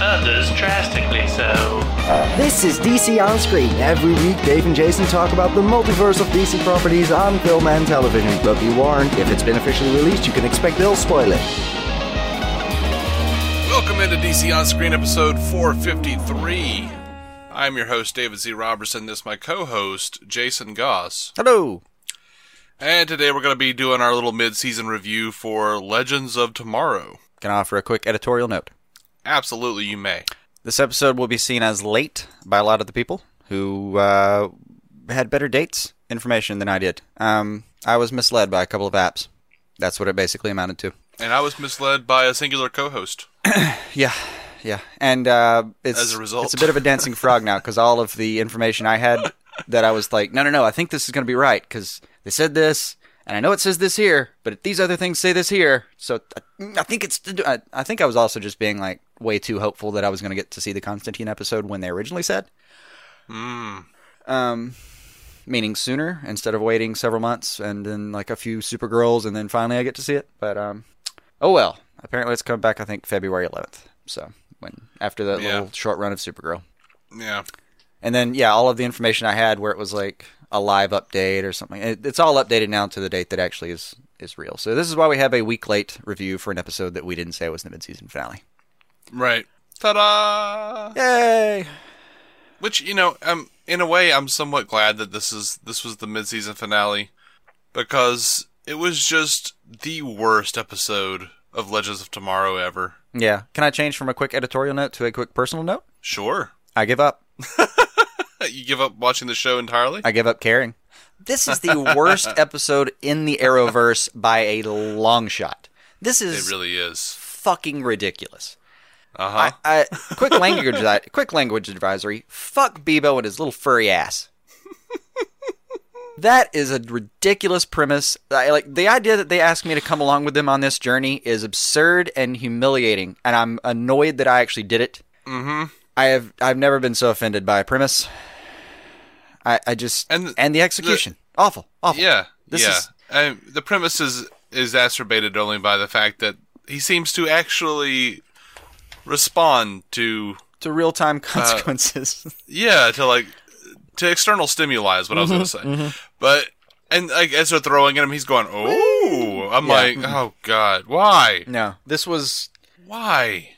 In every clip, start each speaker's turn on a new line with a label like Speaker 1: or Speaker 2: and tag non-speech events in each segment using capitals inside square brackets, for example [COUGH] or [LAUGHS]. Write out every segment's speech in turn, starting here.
Speaker 1: Others drastically so.
Speaker 2: This is DC On Screen. Every week, Dave and Jason talk about the multiverse of DC properties on film and television. But be warned, if it's been officially released, you can expect they'll spoil it.
Speaker 3: Welcome into DC On Screen episode 453. I'm your host, David Z. Robertson. This is my co host, Jason Goss.
Speaker 2: Hello.
Speaker 3: And today we're going to be doing our little mid season review for Legends of Tomorrow.
Speaker 4: Can I offer a quick editorial note?
Speaker 3: Absolutely, you may.
Speaker 4: This episode will be seen as late by a lot of the people who uh, had better dates information than I did. Um, I was misled by a couple of apps. That's what it basically amounted to.
Speaker 3: And I was misled by a singular co host.
Speaker 4: Yeah, yeah, and uh, it's
Speaker 3: As a result.
Speaker 4: it's a bit of a dancing frog now because all of the information I had that I was like, no, no, no, I think this is going to be right because they said this, and I know it says this here, but these other things say this here, so I, I think it's. I, I think I was also just being like way too hopeful that I was going to get to see the Constantine episode when they originally said.
Speaker 3: Hmm.
Speaker 4: Mm. Um. Meaning sooner instead of waiting several months and then like a few Supergirls and then finally I get to see it. But um, Oh well. Apparently it's coming back I think February 11th. So when after that
Speaker 3: Yeah.
Speaker 4: little short run of Supergirl.
Speaker 3: Yeah.
Speaker 4: And then yeah, all of the information I had where it was like a live update or something. It, it's all updated now to the date that actually is is real. So this is why we have a week late review for an episode that we didn't say was the mid-season finale.
Speaker 3: Right. Ta da!
Speaker 4: Yay!
Speaker 3: Which you know, um, in a way, I'm somewhat glad that this is this was the mid-season finale because it was just the worst episode of Legends of Tomorrow ever.
Speaker 4: Yeah. Can I change from a quick editorial note to a quick personal note?
Speaker 3: Sure,
Speaker 4: I give up.
Speaker 3: Uh, you give up watching the show entirely.
Speaker 4: I give up caring. This is the worst
Speaker 3: [LAUGHS]
Speaker 4: episode in the Arrowverse by a long shot. This is
Speaker 3: it really is.
Speaker 4: fucking ridiculous.
Speaker 3: Uh huh.
Speaker 4: I, I, quick language advi- [LAUGHS] quick language advisory. Fuck Bebo and his little furry ass. that is a ridiculous premise. I, like the idea that they asked me to come along with them on this journey is absurd and humiliating, and I'm annoyed that I actually did it. Mm-hmm. I have I've never been so offended by a premise. I, I just
Speaker 3: And
Speaker 4: and
Speaker 3: the-
Speaker 4: the execution awful awful.
Speaker 3: Yeah,
Speaker 4: This
Speaker 3: yeah.
Speaker 4: is-
Speaker 3: Um, the premise is is exacerbated only by the fact that he seems to actually respond to
Speaker 4: to real time consequences. [LAUGHS]
Speaker 3: Yeah, to like to external stimuli is what I was
Speaker 4: Mm-hmm.
Speaker 3: gonna say. But and like as they're throwing at him, he's going, "Oh!" I'm like,
Speaker 4: Mm-hmm.
Speaker 3: "Oh God, why?
Speaker 4: no, this was
Speaker 3: Why?"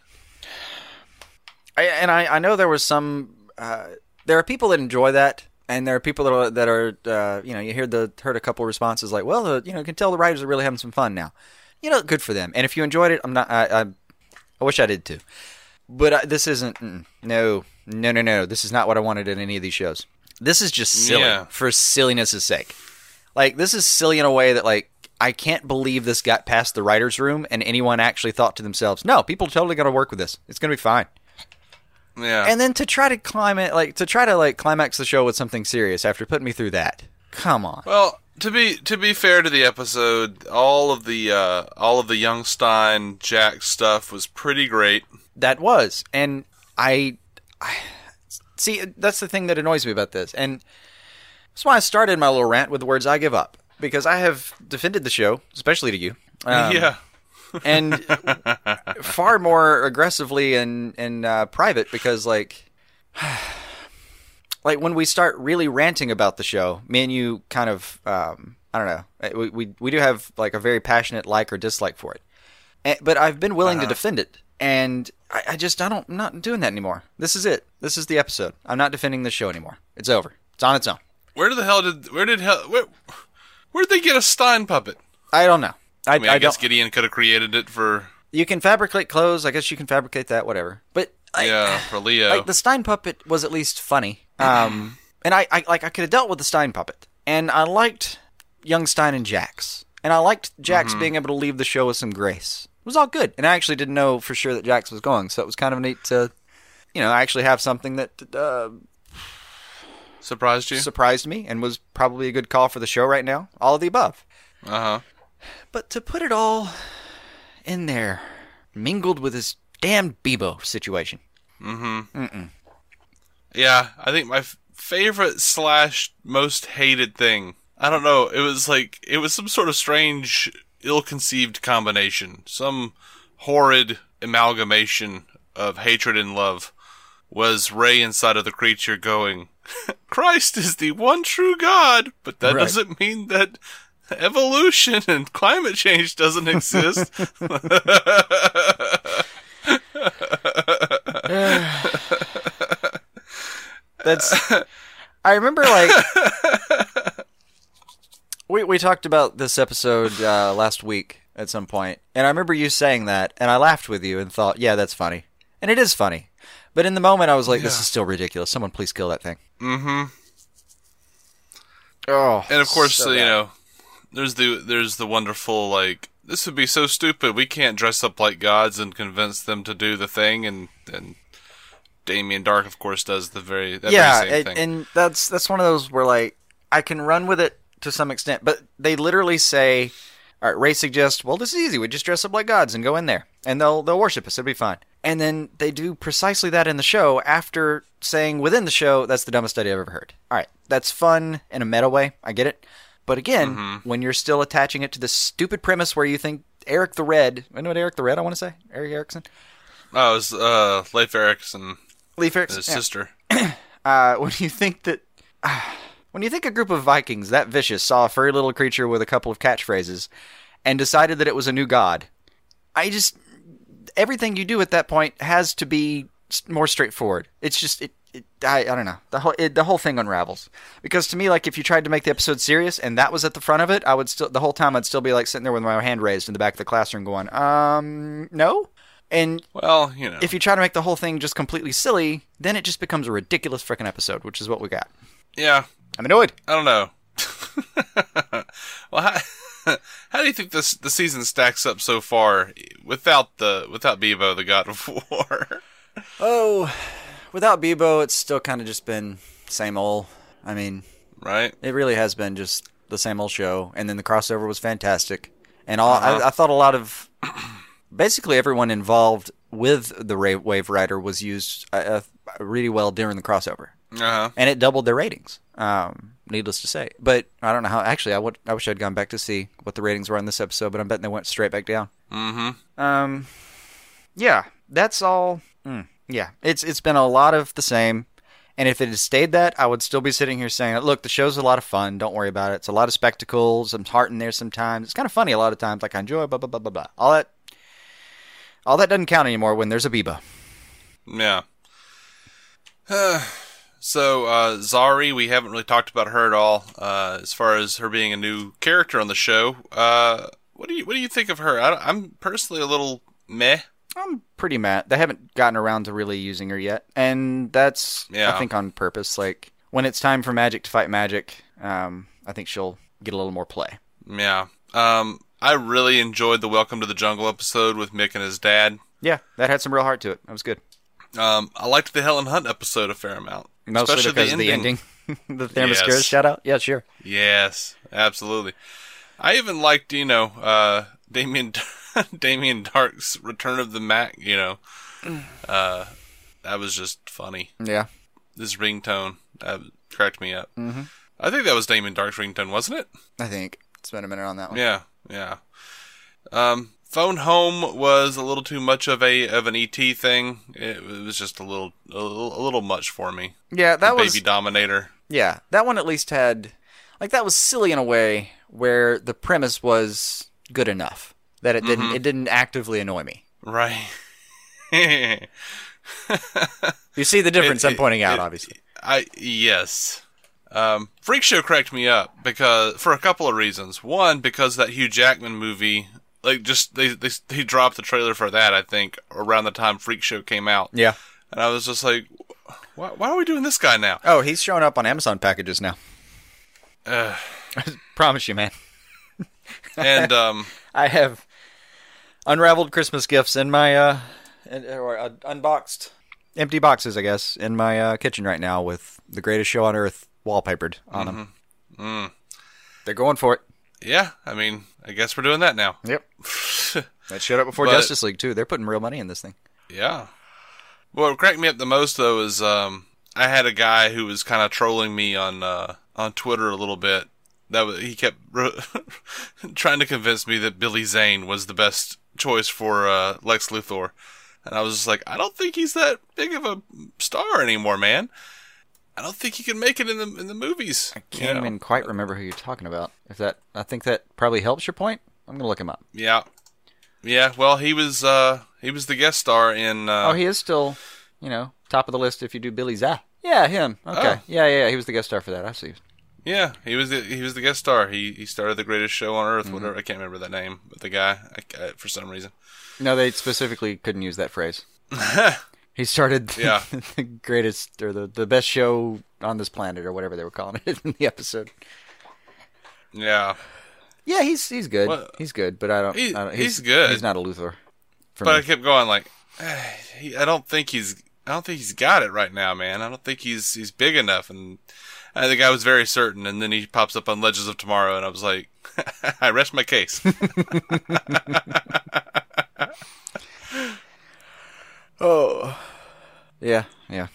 Speaker 4: I, and I, I know there was some. Uh, there are people that enjoy that, and there are people that are, that are uh, you know, you hear the heard a couple responses like, well, the, you know, you can tell the writers are really having some fun now. You know, good for them. And if you enjoyed it, I'm not. I, I, I wish I did too. But I, this isn't. Mm, no, no, no, no. This is not what I wanted in any of these shows. This is just silly
Speaker 3: Yeah.
Speaker 4: for silliness' sake. Like this is silly in a way that like I can't believe this got past the writers' room and anyone actually thought to themselves, "No, people are totally going to work with this. It's going to be fine."
Speaker 3: Yeah,
Speaker 4: and then to try to climb it like to try to like climax the show with something serious after putting me through that come on
Speaker 3: Well, to be to be fair to the episode, all of the uh, all of the young Stein Jack stuff was pretty great.
Speaker 4: that was and I, I see that's the thing that annoys me about this and that's why i started my little rant with the words i give up because i have defended the show especially to you um,
Speaker 3: yeah,
Speaker 4: and far more aggressively and and uh, private because like [SIGHS] like when we start really ranting about the show, me and you kind of um, I don't know uh, we, we we do have like a very passionate like or dislike for it, Eh, but I've been willing
Speaker 3: Uh-huh.
Speaker 4: to defend it, and I, I just I don't I'm not doing that anymore. This is it. This is the episode. I'm not defending the show anymore. It's over. It's on its own.
Speaker 3: where the hell did where did hell where where did they get a Stein puppet?
Speaker 4: I don't know. I,
Speaker 3: I mean, I,
Speaker 4: don't-
Speaker 3: guess Gideon could have created it for
Speaker 4: you can fabricate clothes. I guess you can fabricate that. Whatever. But I,
Speaker 3: yeah for Leo.
Speaker 4: like the Stein puppet was at least funny. Um, and I, I like I could have dealt with the Stein puppet, and I liked young Stein and Jax, and I liked Jax being able to leave the show with some grace. It was all good, and I actually didn't know for sure that Jax was going, so it was kind of neat to, you know, actually have something that uh,
Speaker 3: Surprised you?
Speaker 4: surprised me and was probably a good call for the show right now. All of the above.
Speaker 3: uh huh.
Speaker 4: But to put it all in there, mingled with this damn Bebo situation.
Speaker 3: Yeah, I think my f- favorite slash most hated thing. I don't know. It was like it was some sort of strange, ill-conceived combination, some horrid amalgamation of hatred and love. Was Ray inside of the creature going, [LAUGHS] "Christ is the one true God," but that
Speaker 4: Right.
Speaker 3: doesn't mean that evolution and climate change doesn't exist.
Speaker 4: That's. [LAUGHS] I remember like we we talked about this episode uh, last week at some point, and I remember you saying that, and I laughed with you and thought, yeah, that's funny, and it is funny. But in the moment, I was like, this is still ridiculous. Someone please kill that thing. Mm-hmm. Oh,
Speaker 3: And of course,
Speaker 4: so
Speaker 3: you
Speaker 4: bad.
Speaker 3: know, there's the there's the wonderful like this would be so stupid. We can't dress up like gods and convince them to do the thing. And and Damien Dark, of course, does the very that
Speaker 4: yeah,
Speaker 3: very same
Speaker 4: and,
Speaker 3: thing.
Speaker 4: and that's that's one of those where like I can run with it to some extent, but they literally say, "All right, Ray suggests, well, this is easy. We just dress up like gods and go in there, and they'll they'll worship us. It'll be fine." And then they do precisely that in the show after saying within the show, "That's the dumbest idea I've ever heard." All right, that's fun in a meta way. I get it, but again,
Speaker 3: Mm-hmm.
Speaker 4: when you're still attaching it to this stupid premise where you think Eric the Red, I know what Eric the Red, I want to say Eric Erickson,
Speaker 3: oh, it was uh, Leif Erikson,
Speaker 4: Leif Erickson,
Speaker 3: his
Speaker 4: yeah.
Speaker 3: sister.
Speaker 4: uh, when you think that [SIGHS] when you think a group of Vikings that vicious saw a furry little creature with a couple of catchphrases and decided that it was a new god, I just everything you do at that point has to be s- more straightforward. It's just it. it I, I don't know the whole it, the whole thing unravels because to me like if you tried to make the episode serious and that was at the front of it I would still the whole time I'd still be like sitting there with my hand raised in the back of the classroom going um no and
Speaker 3: Well, you know,
Speaker 4: if you try to make the whole thing just completely silly, then it just becomes a ridiculous frickin' episode, which is what we got.
Speaker 3: yeah,
Speaker 4: I'm annoyed.
Speaker 3: I don't know. [LAUGHS] well, how, [LAUGHS] how do you think this the season stacks up so far without the without Bebo, the God of [LAUGHS] War?
Speaker 4: Oh, without Bebo, it's still kind of just been same old. I mean,
Speaker 3: right?
Speaker 4: it really has been just the same old show. And then the crossover was fantastic. And all I, I thought a lot of basically everyone involved with the Ra- Wave Rider was used uh, uh, really well during the crossover.
Speaker 3: Uh huh.
Speaker 4: and it doubled their ratings. Um, needless to say, but I don't know how. Actually, I would. I wish I'd gone back to see what the ratings were on this episode, but I'm betting they went straight back down. Mm-hmm. Um, yeah, that's all. Mm, yeah, it's it's been a lot of the same. And if it had stayed that, I would still be sitting here saying, "Look, the show's a lot of fun. Don't worry about it. It's a lot of spectacles. I'm heart in there sometimes. It's kind of funny a lot of times. Like I enjoy blah blah blah blah blah. All that, all that doesn't count anymore when there's a Biba.
Speaker 3: Yeah. [SIGHS] so uh, Zari, we haven't really talked about her at all. Uh, as far as her being a new character on the show, uh, what do you what do you think of her? I, am personally a little meh.
Speaker 4: I'm pretty mad. They haven't gotten around to really using her yet, and that's I
Speaker 3: Yeah.
Speaker 4: think on purpose. Like when it's time for Magic to fight Magic, um, I think she'll get a little more play.
Speaker 3: Yeah. Um, I really enjoyed the Welcome to the Jungle episode with Mick and his dad.
Speaker 4: Yeah, that had some real heart to it. That was good,
Speaker 3: Um, I liked the Helen Hunt episode a fair amount,
Speaker 4: mostly
Speaker 3: especially
Speaker 4: because of the ending. [LAUGHS] the Thermoscara
Speaker 3: Yes.
Speaker 4: shout out. Yeah, sure.
Speaker 3: Yes, absolutely. I even liked, you know, uh, [LAUGHS] Damien Damien Dark's Return of the Mac. You know,
Speaker 4: Mm.
Speaker 3: uh, that was just funny.
Speaker 4: Yeah,
Speaker 3: This ringtone uh, cracked me up. Mm-hmm. I think that was Damien Dark's ringtone, wasn't it?
Speaker 4: I think spend a minute on that one.
Speaker 3: Yeah, yeah. Um, phone home was a little too much of a of an ET thing. It was just a little a little, a little much for me.
Speaker 4: Yeah, that was
Speaker 3: Baby Dominator.
Speaker 4: Yeah, that one at least had like that was silly in a way where the premise was good enough that it
Speaker 3: Mm-hmm.
Speaker 4: didn't it didn't actively annoy me.
Speaker 3: Right. [LAUGHS]
Speaker 4: You see the difference I'm
Speaker 3: it-
Speaker 4: pointing out,
Speaker 3: it-
Speaker 4: obviously.
Speaker 3: I yes. Um, Freak Show cracked me up because for a couple of reasons. One, because that Hugh Jackman movie, like just they they they dropped the trailer for that. I think around the time Freak Show came out.
Speaker 4: Yeah.
Speaker 3: and I was just like, why, why are we doing this guy now?
Speaker 4: Oh, he's showing up on Amazon packages now.
Speaker 3: Ugh.
Speaker 4: [SIGHS] Promise you, man.
Speaker 3: And um,
Speaker 4: I have unraveled Christmas gifts in my uh, in- or uh, unboxed, empty boxes, I guess, in my uh, kitchen right now Mm-hmm. Mm. with the greatest show on earth wallpapered on them. They're going for it.
Speaker 3: yeah, I mean, I guess we're doing that now.
Speaker 4: [LAUGHS] Yep. that showed up before
Speaker 3: But-
Speaker 4: Justice League too. They're putting real money in this thing.
Speaker 3: Yeah. What cracked me up the most though is um, I had a guy who was kind of trolling me on uh, on Twitter a little bit. That was, he kept [LAUGHS] trying to convince me that Billy Zane was the best choice for uh, Lex Luthor, and I was just like, I don't think he's that big of a star anymore, man. I don't think he can make it in the in the movies. I
Speaker 4: Can't even quite remember who you're talking about. If that, I think that probably helps your point. I'm gonna look him up.
Speaker 3: Yeah, yeah. Well, he was uh, he was the guest star in. Uh,
Speaker 4: Oh, he is still, you know, top of the list if you do Billy Zah. Yeah, him. Okay.
Speaker 3: Oh.
Speaker 4: Yeah, yeah, yeah. He was the guest star for that. I see.
Speaker 3: Yeah, he was the, he was the guest star. He he started the greatest show on earth. Whatever I can't remember that name, but the guy I, I- for some reason.
Speaker 4: No, they specifically couldn't use
Speaker 3: [LAUGHS]
Speaker 4: that phrase. he started the,
Speaker 3: Yeah.
Speaker 4: [LAUGHS] the greatest or the, the best show on this planet or whatever they were calling it [LAUGHS] in the episode.
Speaker 3: Yeah,
Speaker 4: Yeah, he's he's good.
Speaker 3: What?
Speaker 4: He's good, but I don't.
Speaker 3: He-
Speaker 4: I don't
Speaker 3: he's good.
Speaker 4: He's not a Luthor. For
Speaker 3: but I
Speaker 4: me.
Speaker 3: kept going like, [SIGHS] "Eh, he, I don't think he's I don't think he's got it right now, man. I don't think he's he's big enough. And uh, the guy was very certain. And then he pops up on Legends of Tomorrow, and I was like, [LAUGHS] I rest my case.
Speaker 4: Yeah, yeah.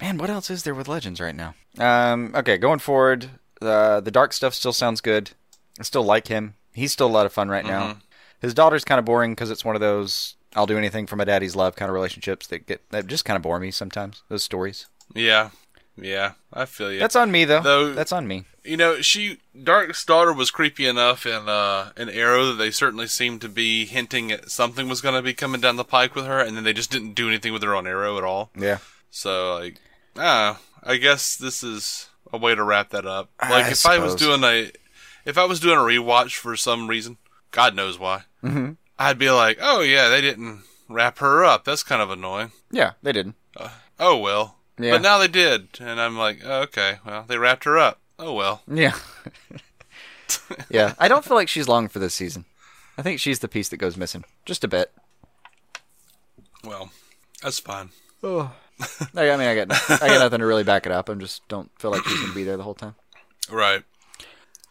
Speaker 4: Man, what else is there with Legends right now? Um, okay, going forward, the the dark stuff still sounds good. I still like him. He's still a lot of fun right now.
Speaker 3: Mm-hmm.
Speaker 4: His daughter's kind of boring because it's one of those "I'll do anything for my daddy's love" kind of relationships that get that just kind of bore me sometimes. Those stories.
Speaker 3: yeah, yeah, I feel you.
Speaker 4: That's on me though.
Speaker 3: Though-
Speaker 4: That's on me.
Speaker 3: you know, she Dark's daughter was creepy enough in uh in Arrow that they certainly seemed to be hinting at something was going to be coming down the pike with her, and then they just didn't do anything with her on Arrow at all.
Speaker 4: Yeah.
Speaker 3: So like, ah, I guess this is a way to wrap that up. Like if I was
Speaker 4: suppose.
Speaker 3: doing a if I was doing a rewatch for some reason, God knows why, mm-hmm. I'd be like, oh yeah, they didn't wrap her up. That's kind of annoying.
Speaker 4: Yeah, they didn't.
Speaker 3: Oh well.
Speaker 4: Yeah.
Speaker 3: But now they did, and I'm like, oh, okay, well, they wrapped her up. Oh well. [LAUGHS]
Speaker 4: Yeah. yeah, I don't feel like she's long for this season. I think she's the piece that goes missing just a bit.
Speaker 3: Well, that's fine.
Speaker 4: I I mean, I got I got nothing to really back it up. I'm just don't feel like he's gonna be there the whole time.
Speaker 3: Right.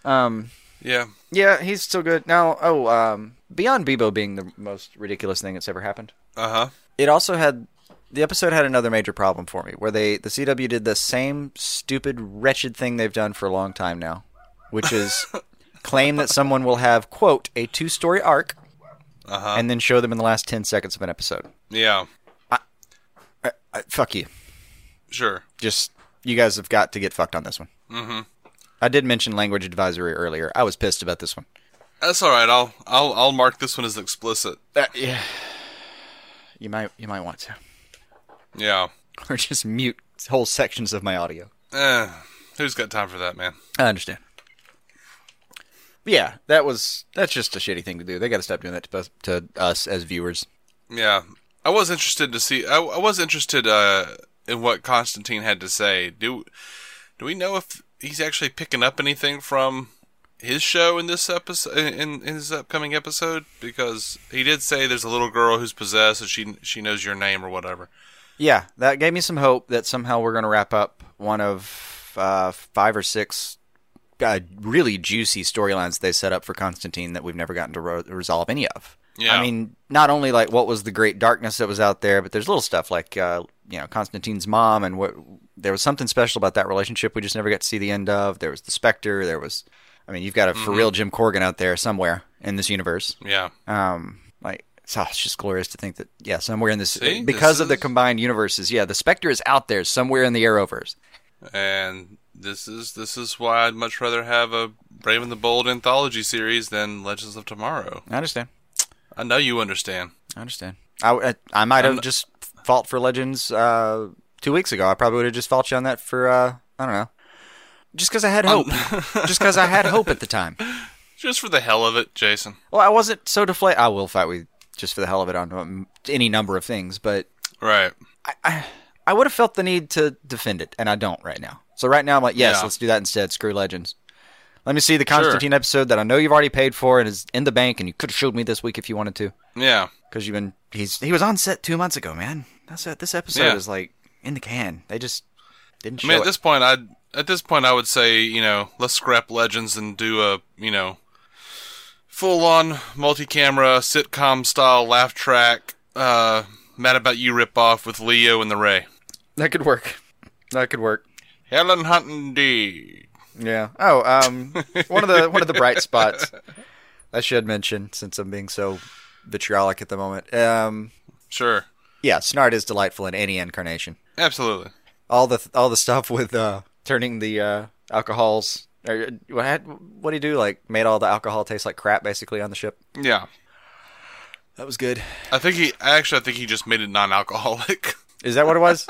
Speaker 4: Um,
Speaker 3: Yeah.
Speaker 4: yeah, he's still good now. Oh, um, beyond Bebo being the most ridiculous thing that's ever happened,
Speaker 3: Uh huh.
Speaker 4: it also had the episode had another major problem for me, where they the CW did the same stupid, wretched thing they've done for a long time now, which [LAUGHS] is claim that someone will have quote a two story arc, and then show them in the last ten seconds of an episode.
Speaker 3: Yeah.
Speaker 4: Uh, fuck you.
Speaker 3: Sure.
Speaker 4: just you guys have got to get fucked on this one. Mm-hmm. I did mention language advisory earlier. I was pissed about this one.
Speaker 3: That's all right. I'll I'll I'll mark this one as explicit.
Speaker 4: Uh, yeah, you might you might want to, [LAUGHS]
Speaker 3: Yeah.
Speaker 4: or just mute whole sections of my audio.
Speaker 3: Eh, who's got time for that, man?
Speaker 4: I understand. But yeah, that was that's just a shitty thing to do. They got to stop doing that to, us- to us as viewers.
Speaker 3: Yeah. I was interested to see. I, I was interested uh, in what Constantine had to say. Do do we know if he's actually picking up anything from his show in this episode in, in his upcoming episode? Because he did say there's a little girl who's possessed and she she knows your name or whatever.
Speaker 4: Yeah, that gave me some hope that somehow we're going to wrap up one of uh, five or six uh, really juicy storylines they set up for Constantine that we've never gotten to ro- resolve any of.
Speaker 3: Yeah.
Speaker 4: I mean, not only like what was the great darkness that was out there, but there's little stuff like uh, you know Constantine's mom and what there was something special about that relationship we just never got to see the end of. There was the specter. There was, I mean, you've got a for real Jim Corgan out there somewhere in this universe.
Speaker 3: Yeah.
Speaker 4: Um, like, so it's just glorious to think that, yeah, somewhere in this,
Speaker 3: See,
Speaker 4: because
Speaker 3: this
Speaker 4: of the
Speaker 3: is-
Speaker 4: combined universes, yeah, the Spectre is out there somewhere in the Arrowverse.
Speaker 3: and this is this is why I'd much rather have a Brave and the Bold anthology series than Legends of Tomorrow.
Speaker 4: I understand.
Speaker 3: I know you understand.
Speaker 4: I understand. I, I, I might have just fought for Legends uh, two weeks ago. I probably would have just fought you on that for, uh, I don't know. Just because I had hope. [LAUGHS] just because I had hope at the time.
Speaker 3: Just for the hell of it, Jason.
Speaker 4: Well, I wasn't so deflate. I will fight with just for the hell of it on um, any number of things, but
Speaker 3: Right.
Speaker 4: I would have felt the need to defend it, and I don't right now. So right now I'm like, yes,
Speaker 3: Yeah.
Speaker 4: let's do that instead. Screw Legends. Let me see the Constantine episode that I know you've already paid for and is in the bank, and you could have showed me this week if you wanted to,
Speaker 3: Yeah.
Speaker 4: because you've been he's he was on set two months ago, man. That's it. This episode
Speaker 3: Yeah.
Speaker 4: is like in the can. They just Didn't
Speaker 3: I
Speaker 4: show
Speaker 3: mean, at
Speaker 4: it.
Speaker 3: this point, I would at this point I would say you know let's scrap Legends and do a you know full on multi camera sitcom style laugh track. Uh, Mad about you rip off with Leo and the Ray.
Speaker 4: That could work. That could work.
Speaker 3: Helen Hunt indeed.
Speaker 4: Yeah. Oh,
Speaker 3: [LAUGHS]
Speaker 4: um, one of the one of the bright spots I should mention since I'm being so vitriolic at the moment. Um,
Speaker 3: Sure,
Speaker 4: yeah, Snart is delightful in any incarnation.
Speaker 3: absolutely.
Speaker 4: All the all the stuff with uh, turning the uh, alcohols. Or, uh, what had- what do you do? Like made all the alcohol taste like crap, basically on the ship.
Speaker 3: Yeah,
Speaker 4: That was good.
Speaker 3: I think he actually I think he just made it non-alcoholic. [LAUGHS]
Speaker 4: Is that what it was?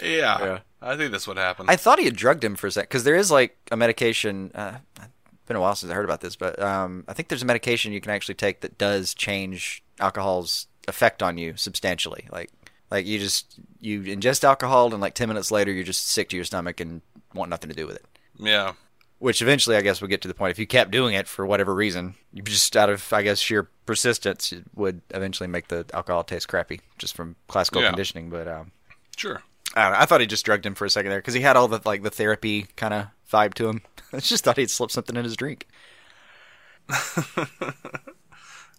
Speaker 3: yeah.
Speaker 4: Yeah.
Speaker 3: I think that's what happened.
Speaker 4: [LAUGHS] I thought he had drugged him for a sec because there is like a medication. Uh, it's been a while since I heard about this, but um, I think there's a medication you can actually take that does change alcohol's effect on you substantially. Like, like you just you ingest alcohol and like ten minutes later you're just sick to your stomach and want nothing to do with it.
Speaker 3: yeah,
Speaker 4: Which eventually, I guess, would get to the point if you kept doing it for whatever reason, you just out of I guess sheer persistence it would eventually make the alcohol taste crappy just from classical
Speaker 3: Yeah.
Speaker 4: conditioning. But um,
Speaker 3: sure.
Speaker 4: I don't know. I thought he just drugged him for a second there because he had all the like the therapy kind of vibe to him. [LAUGHS] I just thought he'd slipped something in his drink.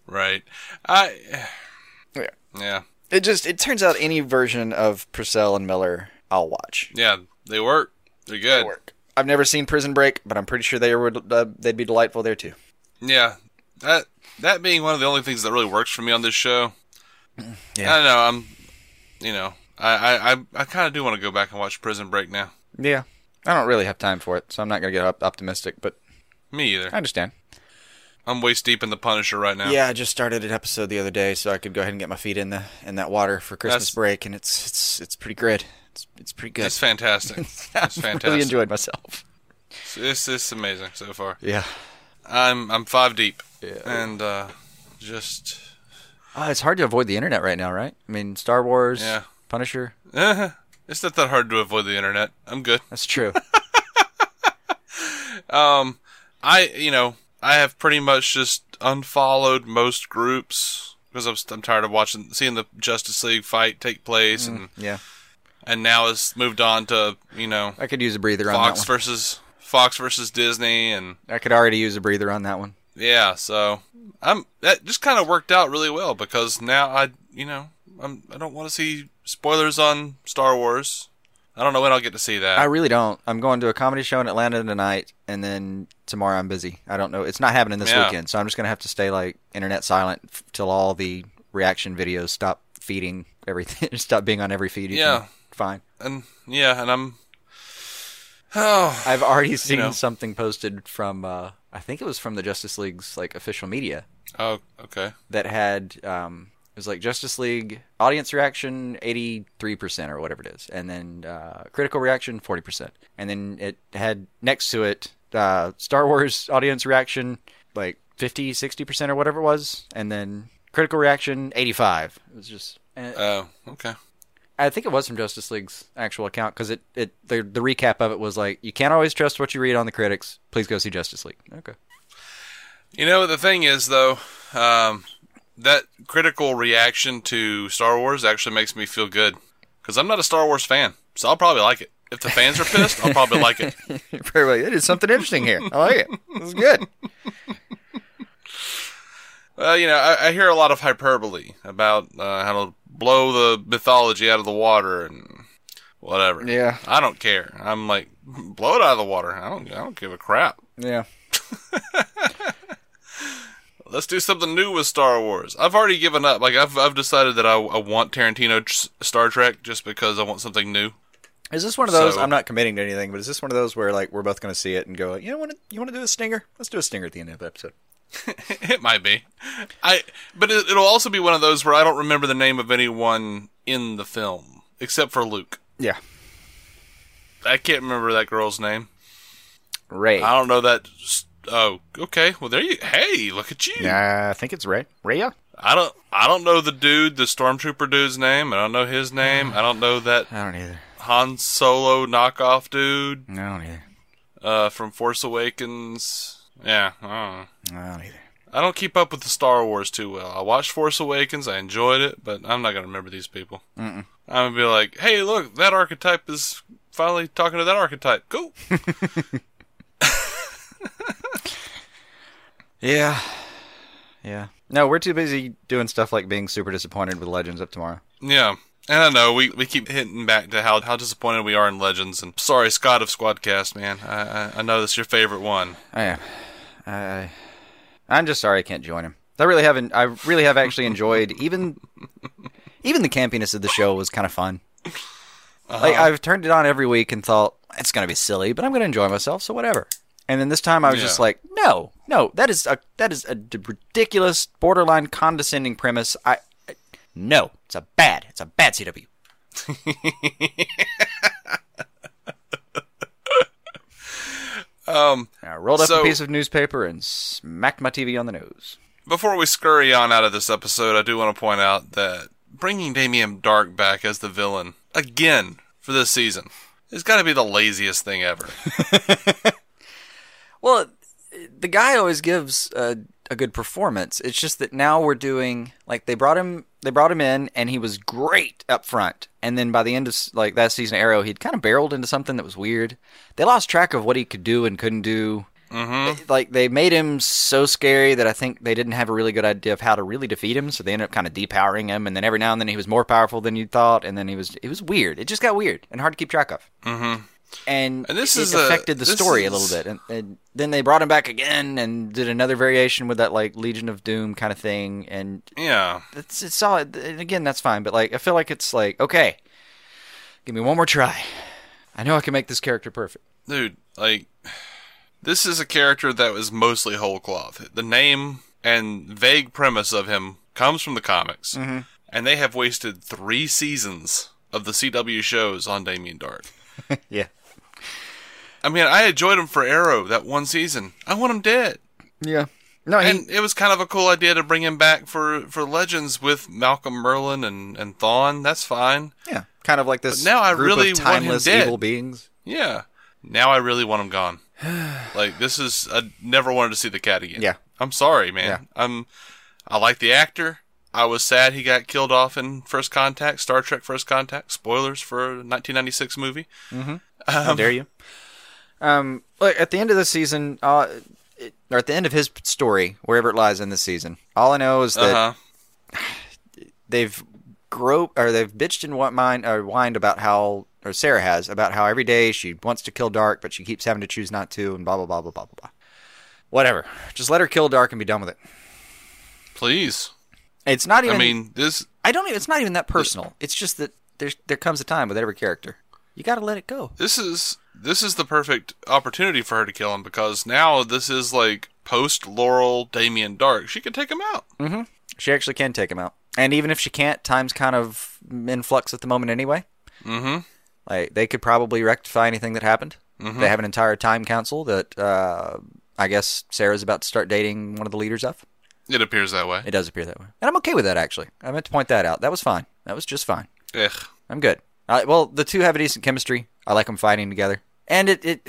Speaker 3: Right. I.
Speaker 4: Yeah.
Speaker 3: Yeah.
Speaker 4: It just it turns out any version of Purcell and Miller I'll watch.
Speaker 3: Yeah. They work. They're good.
Speaker 4: Work. I've never seen Prison Break, but I'm pretty sure they would uh, they'd be delightful there too.
Speaker 3: Yeah. That that being one of the only things that really works for me on this show.
Speaker 4: Yeah.
Speaker 3: I don't know. I'm. You know. I I I, I kind of do want to go back and watch Prison Break now.
Speaker 4: Yeah, I don't really have time for it, so I'm not gonna get op- optimistic, but
Speaker 3: Me either.
Speaker 4: understand.
Speaker 3: I'm waist deep in the Punisher right now.
Speaker 4: Yeah, I just started an episode the other day, so I could go ahead and get my feet in the in that water for Christmas
Speaker 3: That's-
Speaker 4: break, and it's it's it's pretty good. It's it's pretty good.
Speaker 3: It's fantastic.
Speaker 4: [LAUGHS]
Speaker 3: It's fantastic.
Speaker 4: really enjoyed myself.
Speaker 3: It's, it's, it's amazing so far.
Speaker 4: Yeah.
Speaker 3: I'm I'm five deep. Yeah. And uh, just
Speaker 4: Uh, it's hard to avoid the internet right now, right? I mean, Star Wars,
Speaker 3: Yeah.
Speaker 4: Punisher.
Speaker 3: eh, it's not that hard to avoid the internet. I'm good. [LAUGHS]
Speaker 4: That's true.
Speaker 3: Um, I you know I have pretty much just unfollowed most groups because I'm, I'm tired of watching seeing the Justice League fight take place and
Speaker 4: yeah,
Speaker 3: and now it's moved on to you know
Speaker 4: I could use a breather on
Speaker 3: Fox
Speaker 4: that one.
Speaker 3: versus Fox versus Disney and
Speaker 4: I could already use a breather on that one.
Speaker 3: yeah so I'm that just kind of worked out really well because now I you know I'm I don't want to see spoilers on Star Wars. I don't know when I'll get to see that.
Speaker 4: I really don't. I'm going to a comedy show in Atlanta tonight, and then tomorrow I'm busy. I don't know. It's not happening this
Speaker 3: Yeah.
Speaker 4: weekend, so I'm just gonna have to stay like internet silent f- till all the reaction videos stop feeding everything, [LAUGHS] stop being on every feed. you
Speaker 3: Yeah.
Speaker 4: can find.
Speaker 3: and yeah, and I'm oh [LAUGHS]
Speaker 4: I've already seen
Speaker 3: know.
Speaker 4: something posted from. Uh, I think it was from the Justice League's like official media
Speaker 3: oh okay
Speaker 4: that had um, it was like Justice League audience reaction eighty three percent or whatever it is, and then uh, critical reaction forty percent, and then it had next to it uh, Star Wars audience reaction like 50 60 percent or whatever it was, and then critical reaction eighty five. It was just. and
Speaker 3: oh okay
Speaker 4: I think it was from Justice League's actual account because it, it the, the recap of it was like you can't always trust what you read on the critics. Please go see Justice League. Okay.
Speaker 3: You know, the thing is, though, um, that critical reaction to Star Wars actually makes me feel good because I'm not a Star Wars fan, so I'll probably like it. If the fans are pissed, I'll probably like it.
Speaker 4: [LAUGHS] Very well. It is something interesting here. I like it. This is good.
Speaker 3: Well, you know, I, I hear a lot of hyperbole about uh, how to blow the mythology out of the water and whatever.
Speaker 4: Yeah.
Speaker 3: I don't care. I'm like, blow it out of the water. I don't. I don't give a crap.
Speaker 4: [LAUGHS] Yeah.
Speaker 3: Let's do something new with Star Wars. I've already given up. Like, I've I've decided that I, I want Tarantino tr- Star Trek just because I want something new. [LAUGHS]
Speaker 4: Is this one of those?
Speaker 3: So-
Speaker 4: I'm not committing to anything, but is this one of those where like we're both going to see it and go, like, you know, what? You want to do a stinger? Let's do a stinger at the end of the episode.
Speaker 3: It might be. I but it, it'll also be one of those where I don't remember the name of anyone in the film except for Luke.
Speaker 4: Yeah,
Speaker 3: I can't remember that girl's name.
Speaker 4: Ray.
Speaker 3: I don't know that. s- Oh, okay. Well, there you. Hey, look at you.
Speaker 4: Yeah, I think it's Ray. Raya.
Speaker 3: I don't. I don't know the dude, the stormtrooper dude's name. I don't know his name. I don't know that
Speaker 4: I don't either.
Speaker 3: Han Solo knockoff dude
Speaker 4: I don't either.
Speaker 3: uh, from Force Awakens. Yeah. I don't know.
Speaker 4: I don't either.
Speaker 3: I don't keep up with the Star Wars too well. I watched Force Awakens. I enjoyed it, but I'm not gonna remember these people.
Speaker 4: Mm-mm.
Speaker 3: I'm gonna be like, hey, look, that archetype is finally talking to that archetype. Cool. [LAUGHS]
Speaker 4: Yeah. Yeah. No, we're too busy doing stuff like being super disappointed with Legends of Tomorrow.
Speaker 3: Yeah. And I know we, we keep hinting back to how, how disappointed we are in Legends. And sorry, Scott of Squadcast, man. I, I, I know that's your favorite one.
Speaker 4: I am. Oh, I, I I'm just sorry I can't join him. I really haven't. I really have actually enjoyed even even the campiness of the show was kind of fun. Like I've turned it on every week and thought it's gonna be silly, but I'm gonna enjoy myself, so whatever. And then this time I was just
Speaker 3: Yeah.
Speaker 4: like, no, no, that is a that is a d- ridiculous, borderline condescending premise. I, I no, it's a bad, it's a bad CW.
Speaker 3: Um,
Speaker 4: And I rolled up
Speaker 3: So-
Speaker 4: a piece of newspaper and smacked my TV on the nose.
Speaker 3: before we scurry on out of this episode, I do want to point out that bringing Damien Dark back as the villain again for this season has got to be the laziest thing ever.
Speaker 4: Well, the guy always gives a, a good performance. It's just that now we're doing like they brought him they brought him in and he was great up front, and then by the end of s- like that season, of Arrow he'd kind of barreled into something that was weird. They lost track of what he could do and couldn't do. It- Like they made him so scary that I think they didn't have a really good idea of how to really defeat him, so they ended up kind of depowering him. And then every now and then he was more powerful than you thought, and then he was it was weird. It just got weird and hard to keep track of and,
Speaker 3: Mm-hmm. And this
Speaker 4: it
Speaker 3: is a-
Speaker 4: affected the
Speaker 3: this
Speaker 4: story a
Speaker 3: is-
Speaker 4: little bit. And, and then they brought him back again and did another variation with that like Legion of Doom kind of thing. And
Speaker 3: yeah.
Speaker 4: it's it's solid. And again, that's fine. But like, I feel like it's like okay, give me one more try. I know I can make this character perfect.
Speaker 3: dude, like this is a character that was mostly whole cloth. The name and vague premise of him comes from the comics, and they have wasted three seasons of the CW shows on Damien Dark.
Speaker 4: Yeah.
Speaker 3: I mean, I enjoyed him for Arrow that one season. I want him dead,
Speaker 4: Yeah. No, he,
Speaker 3: and it was kind of a cool idea to bring him back for for Legends with Malcolm Merlin and and Thawne. That's fine.
Speaker 4: yeah, kind of like this.
Speaker 3: But now I
Speaker 4: group
Speaker 3: really
Speaker 4: of
Speaker 3: want him
Speaker 4: timeless
Speaker 3: dead.
Speaker 4: evil beings.
Speaker 3: Yeah. Now I really want him
Speaker 4: [SIGHS]
Speaker 3: gone. like this is I never wanted to see the cat again.
Speaker 4: Yeah.
Speaker 3: I'm sorry, man. I'm I like the actor. I was sad he got killed off in First Contact, Star Trek First Contact. Spoilers for a 1996 movie.
Speaker 4: How dare you? Um, look, at the end of the season, uh, it, or at the end of his story, wherever it lies in this season, all I know is that
Speaker 3: Uh huh.
Speaker 4: they've grope or they've bitched and want mine or whined about how or Sarah has about how every day she wants to kill Dark, but she keeps having to choose not to, and blah blah blah blah blah blah blah. Whatever, just let her kill Dark and be done with it.
Speaker 3: Please.
Speaker 4: It's not even.
Speaker 3: I mean, this
Speaker 4: I don't. Even, it's not even that personal. It's just that there's there comes a time with every character you got to let it go.
Speaker 3: this is this is the perfect opportunity for her to kill him because now this is like post Laurel Damien Dark. She could take him out.
Speaker 4: Mm. She actually can take him out, and even if she can't, time's kind of in flux at the moment anyway.
Speaker 3: Mm-hmm.
Speaker 4: Like they could probably rectify anything that happened. They have an entire time council that uh, I guess Sarah's about to start dating one of the leaders of.
Speaker 3: It appears that way.
Speaker 4: It does appear that way, and I'm okay with that actually. I meant to point that out. That was fine. That was just fine.
Speaker 3: Ugh.
Speaker 4: I'm good. I, well, the two have a decent chemistry. I like them fighting together, and it it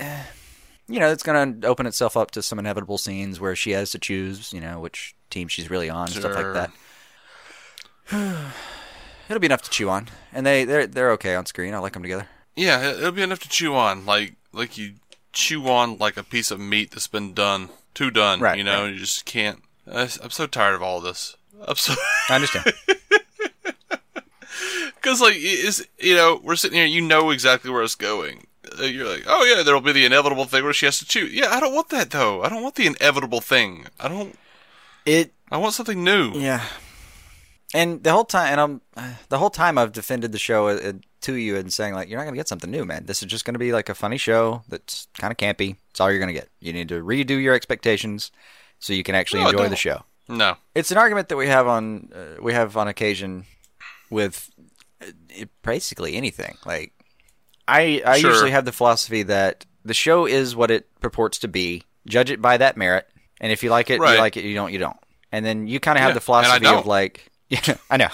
Speaker 4: [SIGHS] you know it's going to open itself up to some inevitable scenes where she has to choose, you know, which team she's really on, and stuff
Speaker 3: Sure.
Speaker 4: like that. [SIGHS] It'll be enough to chew on, and they they're they're okay on screen. I like them together.
Speaker 3: Yeah, it- it'll be enough to chew on, like like you chew on like a piece of meat that's been done, too done.
Speaker 4: Right,
Speaker 3: You know, you just can't. I, am so tired of all this. I'm so [LAUGHS]
Speaker 4: I understand.
Speaker 3: because like is you know we're sitting here, you know exactly where it's going. Uh, You're like, oh yeah, there'll be the inevitable thing where she has to choose. Yeah, I don't want that though. I don't want the inevitable thing. I don't.
Speaker 4: it
Speaker 3: I want something new.
Speaker 4: Yeah. And the whole time, and I'm [SIGHS] the whole time I've defended the show uh, to you and saying like, you're not gonna get something new, man. This is just gonna be like a funny show that's kind of campy. It's all you're gonna get. You need to redo your expectations so you can actually
Speaker 3: No, I
Speaker 4: enjoy the
Speaker 3: don't.
Speaker 4: show.
Speaker 3: No.
Speaker 4: It's an argument that we have on uh, we have on occasion with uh, it- basically anything. Like I I
Speaker 3: Sure.
Speaker 4: usually have the philosophy that the show is what it purports to be. Judge it by that merit, and if you like it,
Speaker 3: Right.
Speaker 4: you like it. You don't, you don't. And then you kind of have
Speaker 3: Yeah,
Speaker 4: the
Speaker 3: and I
Speaker 4: philosophy of
Speaker 3: don't.
Speaker 4: like, [LAUGHS] yeah, I know,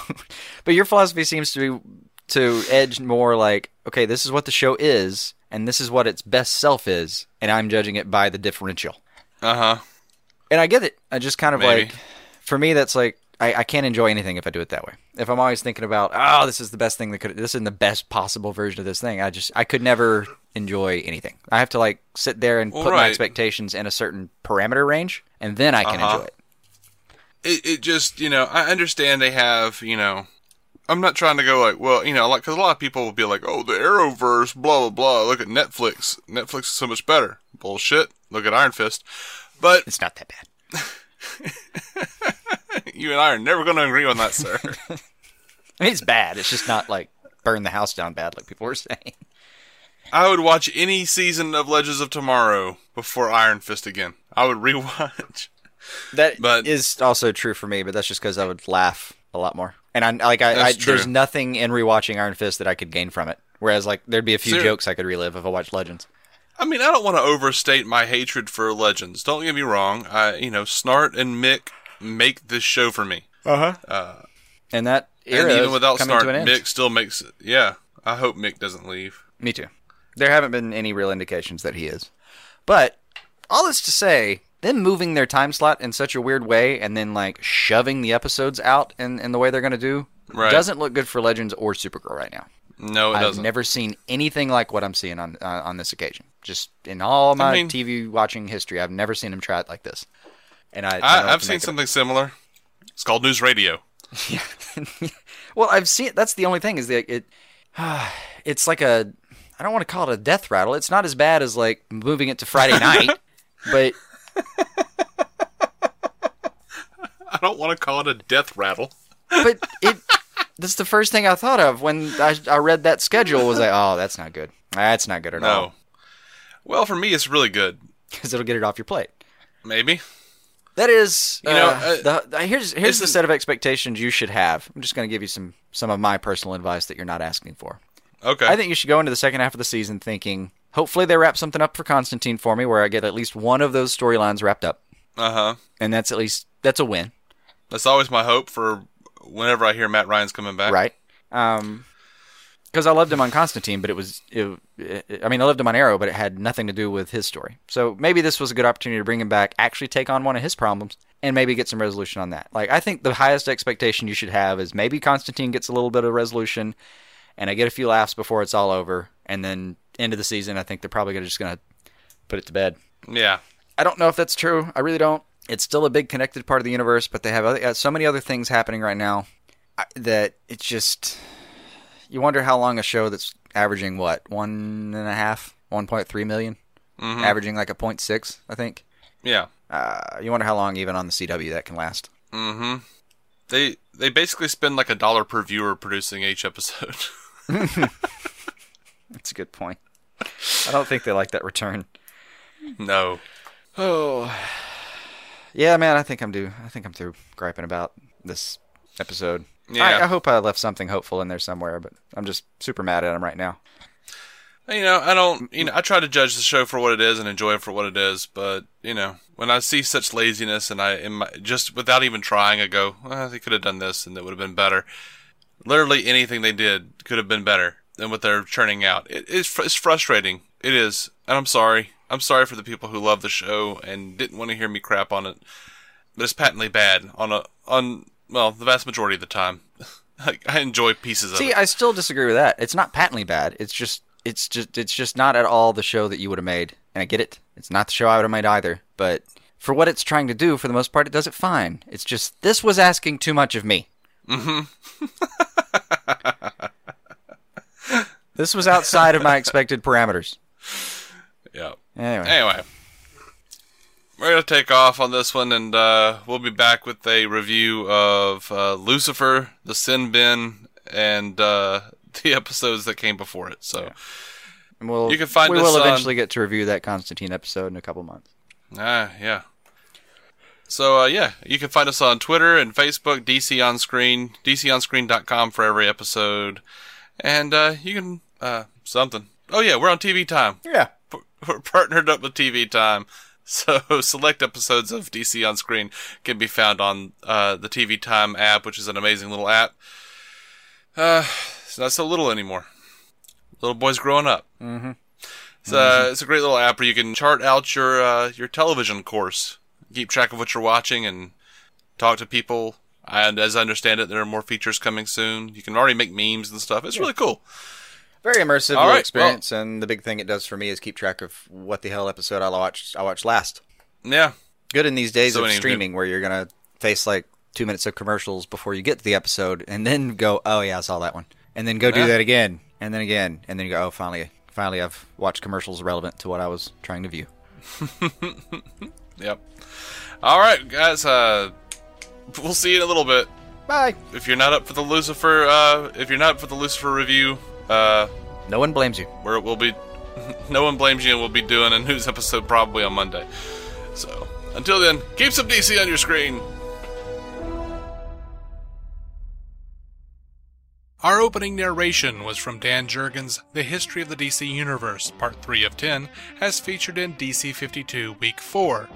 Speaker 4: but your philosophy seems to be to edge more like, okay, this is what the show is, and this is what its best self is, and I'm judging it by the differential.
Speaker 3: Uh huh.
Speaker 4: And I get it. I just kind of
Speaker 3: Maybe.
Speaker 4: like, for me, that's like, I, I can't enjoy anything if I do it that way. If I'm always thinking about, oh, this is the best thing that could, this isn't the best possible version of this thing. I just, I could never enjoy anything. I have to like sit there and
Speaker 3: Well,
Speaker 4: put my
Speaker 3: right.
Speaker 4: expectations in a certain parameter range, and then I can
Speaker 3: Uh-huh.
Speaker 4: enjoy it.
Speaker 3: it, it just you know I understand they have you know I'm not trying to go like well you know like because a lot of people will be like oh the Arrowverse blah blah blah look at Netflix Netflix is so much better bullshit look at Iron Fist but
Speaker 4: [LAUGHS] It's not that bad.
Speaker 3: you and I are never going to agree on that sir
Speaker 4: I mean, it's bad. It's just not like burn the house down bad, like people were [LAUGHS] saying.
Speaker 3: I would watch any season of Legends of Tomorrow before Iron Fist again I would [LAUGHS] rewatch
Speaker 4: That is
Speaker 3: But-
Speaker 4: also true for me, but that's just because I would laugh a lot more. And I like I, I
Speaker 3: That's true.
Speaker 4: there's nothing in rewatching Iron Fist that I could gain from it. Whereas like there'd be a few
Speaker 3: Sure.
Speaker 4: jokes I could relive if I watched Legends.
Speaker 3: I mean, I don't want to overstate my hatred for Legends. Don't get me wrong. I, you know, Snart and Mick make this show for me.
Speaker 4: And that era
Speaker 3: and even
Speaker 4: is
Speaker 3: without
Speaker 4: coming
Speaker 3: Snart,
Speaker 4: to an end.
Speaker 3: Mick still makes it. Yeah, I hope Mick doesn't leave.
Speaker 4: Me too. There haven't been any real indications that he is. But all this to say, them moving their time slot in such a weird way and then like shoving the episodes out in, in the way they're gonna do
Speaker 3: Right.
Speaker 4: doesn't look good for Legends or Supergirl right now.
Speaker 3: No, it
Speaker 4: I've
Speaker 3: doesn't.
Speaker 4: never seen anything like what I'm seeing on uh, on this occasion. Just in all my
Speaker 3: mean-
Speaker 4: TV watching history, I've never seen him try it like this. And I, I don't
Speaker 3: I,
Speaker 4: know
Speaker 3: I've
Speaker 4: to
Speaker 3: seen
Speaker 4: make it-
Speaker 3: something similar. It's called News Radio.
Speaker 4: Well, I've seen. That's the only thing is that it. [SIGHS] It's like a. I don't want to call it a death rattle. It's not as bad as like moving it to
Speaker 3: [LAUGHS]
Speaker 4: Friday night, but
Speaker 3: I don't want to call it a death rattle.
Speaker 4: but it. That's the first thing I thought of when I, I read that schedule. Was like, oh, that's not good. That's not good at
Speaker 3: No.
Speaker 4: all
Speaker 3: Oh.
Speaker 4: [LAUGHS]
Speaker 3: Well, for me, it's really good.
Speaker 4: because it'll get it off your plate.
Speaker 3: Maybe.
Speaker 4: That is, you
Speaker 3: know, uh,
Speaker 4: know, the, here's here's the
Speaker 3: isn't-
Speaker 4: set of expectations you should have. I'm just going to give you some some of my personal advice that you're not asking for.
Speaker 3: Okay.
Speaker 4: I think you should go into the second half of the season thinking, hopefully they wrap something up for Constantine for me, where I get at least one of those storylines wrapped up,
Speaker 3: Uh huh.
Speaker 4: and that's at least that's a win,
Speaker 3: That's always my hope for whenever I hear Matt Ryan's coming back.
Speaker 4: right? Um, because I loved him on Constantine, but it was, it, I mean, I loved him on Arrow, but it had nothing to do with his story. So maybe this was a good opportunity to bring him back, actually take on one of his problems, and maybe get some resolution on that. Like I think the highest expectation you should have is maybe Constantine gets a little bit of resolution, and I get a few laughs before it's all over, and then end of the season, I think they're probably gonna just gonna put it to bed.
Speaker 3: Yeah.
Speaker 4: I don't know if that's true. I really don't. It's still a big connected part of the universe, but they have other, uh, so many other things happening right now I- that it's just you wonder how long a show that's averaging what one and a half, one point three million, averaging like a point six, I think.
Speaker 3: Yeah.
Speaker 4: Uh, you wonder how long even on the CW that can last.
Speaker 3: They they basically spend like a dollar per viewer producing each episode. [LAUGHS]
Speaker 4: That's a good point. I don't think they like that return.
Speaker 3: no.
Speaker 4: Oh, yeah, man. I think I'm due. I think I'm through griping about this episode. I,
Speaker 3: Yeah.
Speaker 4: I hope I left something hopeful in there somewhere, but I'm just super mad at him right now.
Speaker 3: You know, I don't. You know, I try to judge the show for what it is and enjoy it for what it is. But you know, when I see such laziness and I in my, just without even trying, I go, well, they could have done this and it would have been better. Literally anything they did could have been better than what they're churning out. It, it's fr- it's frustrating. It is, and I'm sorry. I'm sorry for the people who love the show and didn't want to hear me crap on it. But it's patently bad on a on well the vast majority of the time. [LAUGHS] like I enjoy pieces of
Speaker 4: See,
Speaker 3: it.
Speaker 4: I still disagree with that. It's not patently bad. It's just, it's just, it's just not at all the show that you would have made. And I get it. It's not the show I would have made either. But for what it's trying to do, for the most part, it does it fine. It's just this was asking too much of me. Mm-hmm. [LAUGHS] this was outside of my expected parameters.
Speaker 3: Yeah.
Speaker 4: Anyway,
Speaker 3: Anyway, we're gonna take off on this one, and uh, we'll be back with a review of uh, Lucifer, the Sin Bin, and uh, [LAUGHS] the episodes that came before it. So,
Speaker 4: and we'll,
Speaker 3: you can find
Speaker 4: we
Speaker 3: us
Speaker 4: will
Speaker 3: on-
Speaker 4: eventually get to review that Constantine episode in a couple months.
Speaker 3: ah, yeah. So uh, yeah, you can find us on Twitter and Facebook, DC on Screen, DCOnScreen.com for every episode, and uh, you can uh, something. Oh yeah, we're on TV Time.
Speaker 4: Yeah.
Speaker 3: [LAUGHS] we're partnered up with TV Time. So [LAUGHS] select episodes of DC on Screen can be found on uh, the TV Time app, which is an amazing little app. Uh, it's not so little anymore. Little boy's growing up. Mm-hmm. It's, uh, it's a great little app where you can chart out your uh, your television course keep track of what you're watching and talk to people. And as I understand it, there are more features coming soon. You can already make memes and stuff. It's really cool.
Speaker 4: Very immersive
Speaker 3: All
Speaker 4: little
Speaker 3: right,
Speaker 4: experience, and the big thing it does for me is keep track of what the hell episode I watched. I watched last.
Speaker 3: Yeah.
Speaker 4: Good in these days
Speaker 3: So
Speaker 4: of
Speaker 3: many-
Speaker 4: streaming, where you're gonna face like two minutes of commercials before you get to the episode, and then go, "Oh yeah, I saw that one," and then go do
Speaker 3: Yeah.
Speaker 4: that again, and then again, and then you go, "Oh, finally, finally, I've watched commercials relevant to what I was trying to view."
Speaker 3: Yep. All right, guys. Uh, we'll see you in a little bit.
Speaker 4: Bye.
Speaker 3: If you're not up for the Lucifer, uh, if you're not up for the Lucifer review, uh,
Speaker 4: No one blames you.
Speaker 3: where we'll be, [LAUGHS] no one blames you, and we'll be doing a news episode probably on Monday. So until then, keep some DC on your screen. Our opening narration was from Dan Jurgens' The History of the DC Universe, Part 3 of 10, as featured in DC 52, Week 4.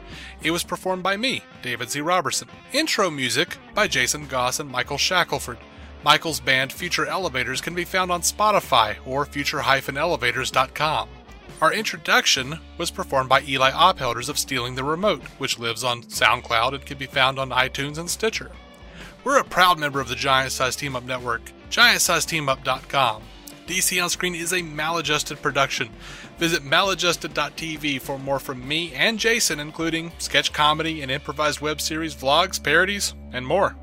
Speaker 3: It was performed by me, David Z. Robertson. Intro music by Jason Goss and Michael Shackelford. Michael's band Future Elevators can be found on Spotify or future-elevators.com. Our introduction was performed by Eli Ophelders of Stealing the Remote, which lives on SoundCloud and can be found on iTunes and Stitcher. We're a proud member of the Giant Size Team Up Network, GiantSizeTeamUp.com. DC On Screen is a maladjusted production. Visit maladjusted.tv for more from me and Jason, including sketch comedy, an improvised web series, vlogs, parodies, and more.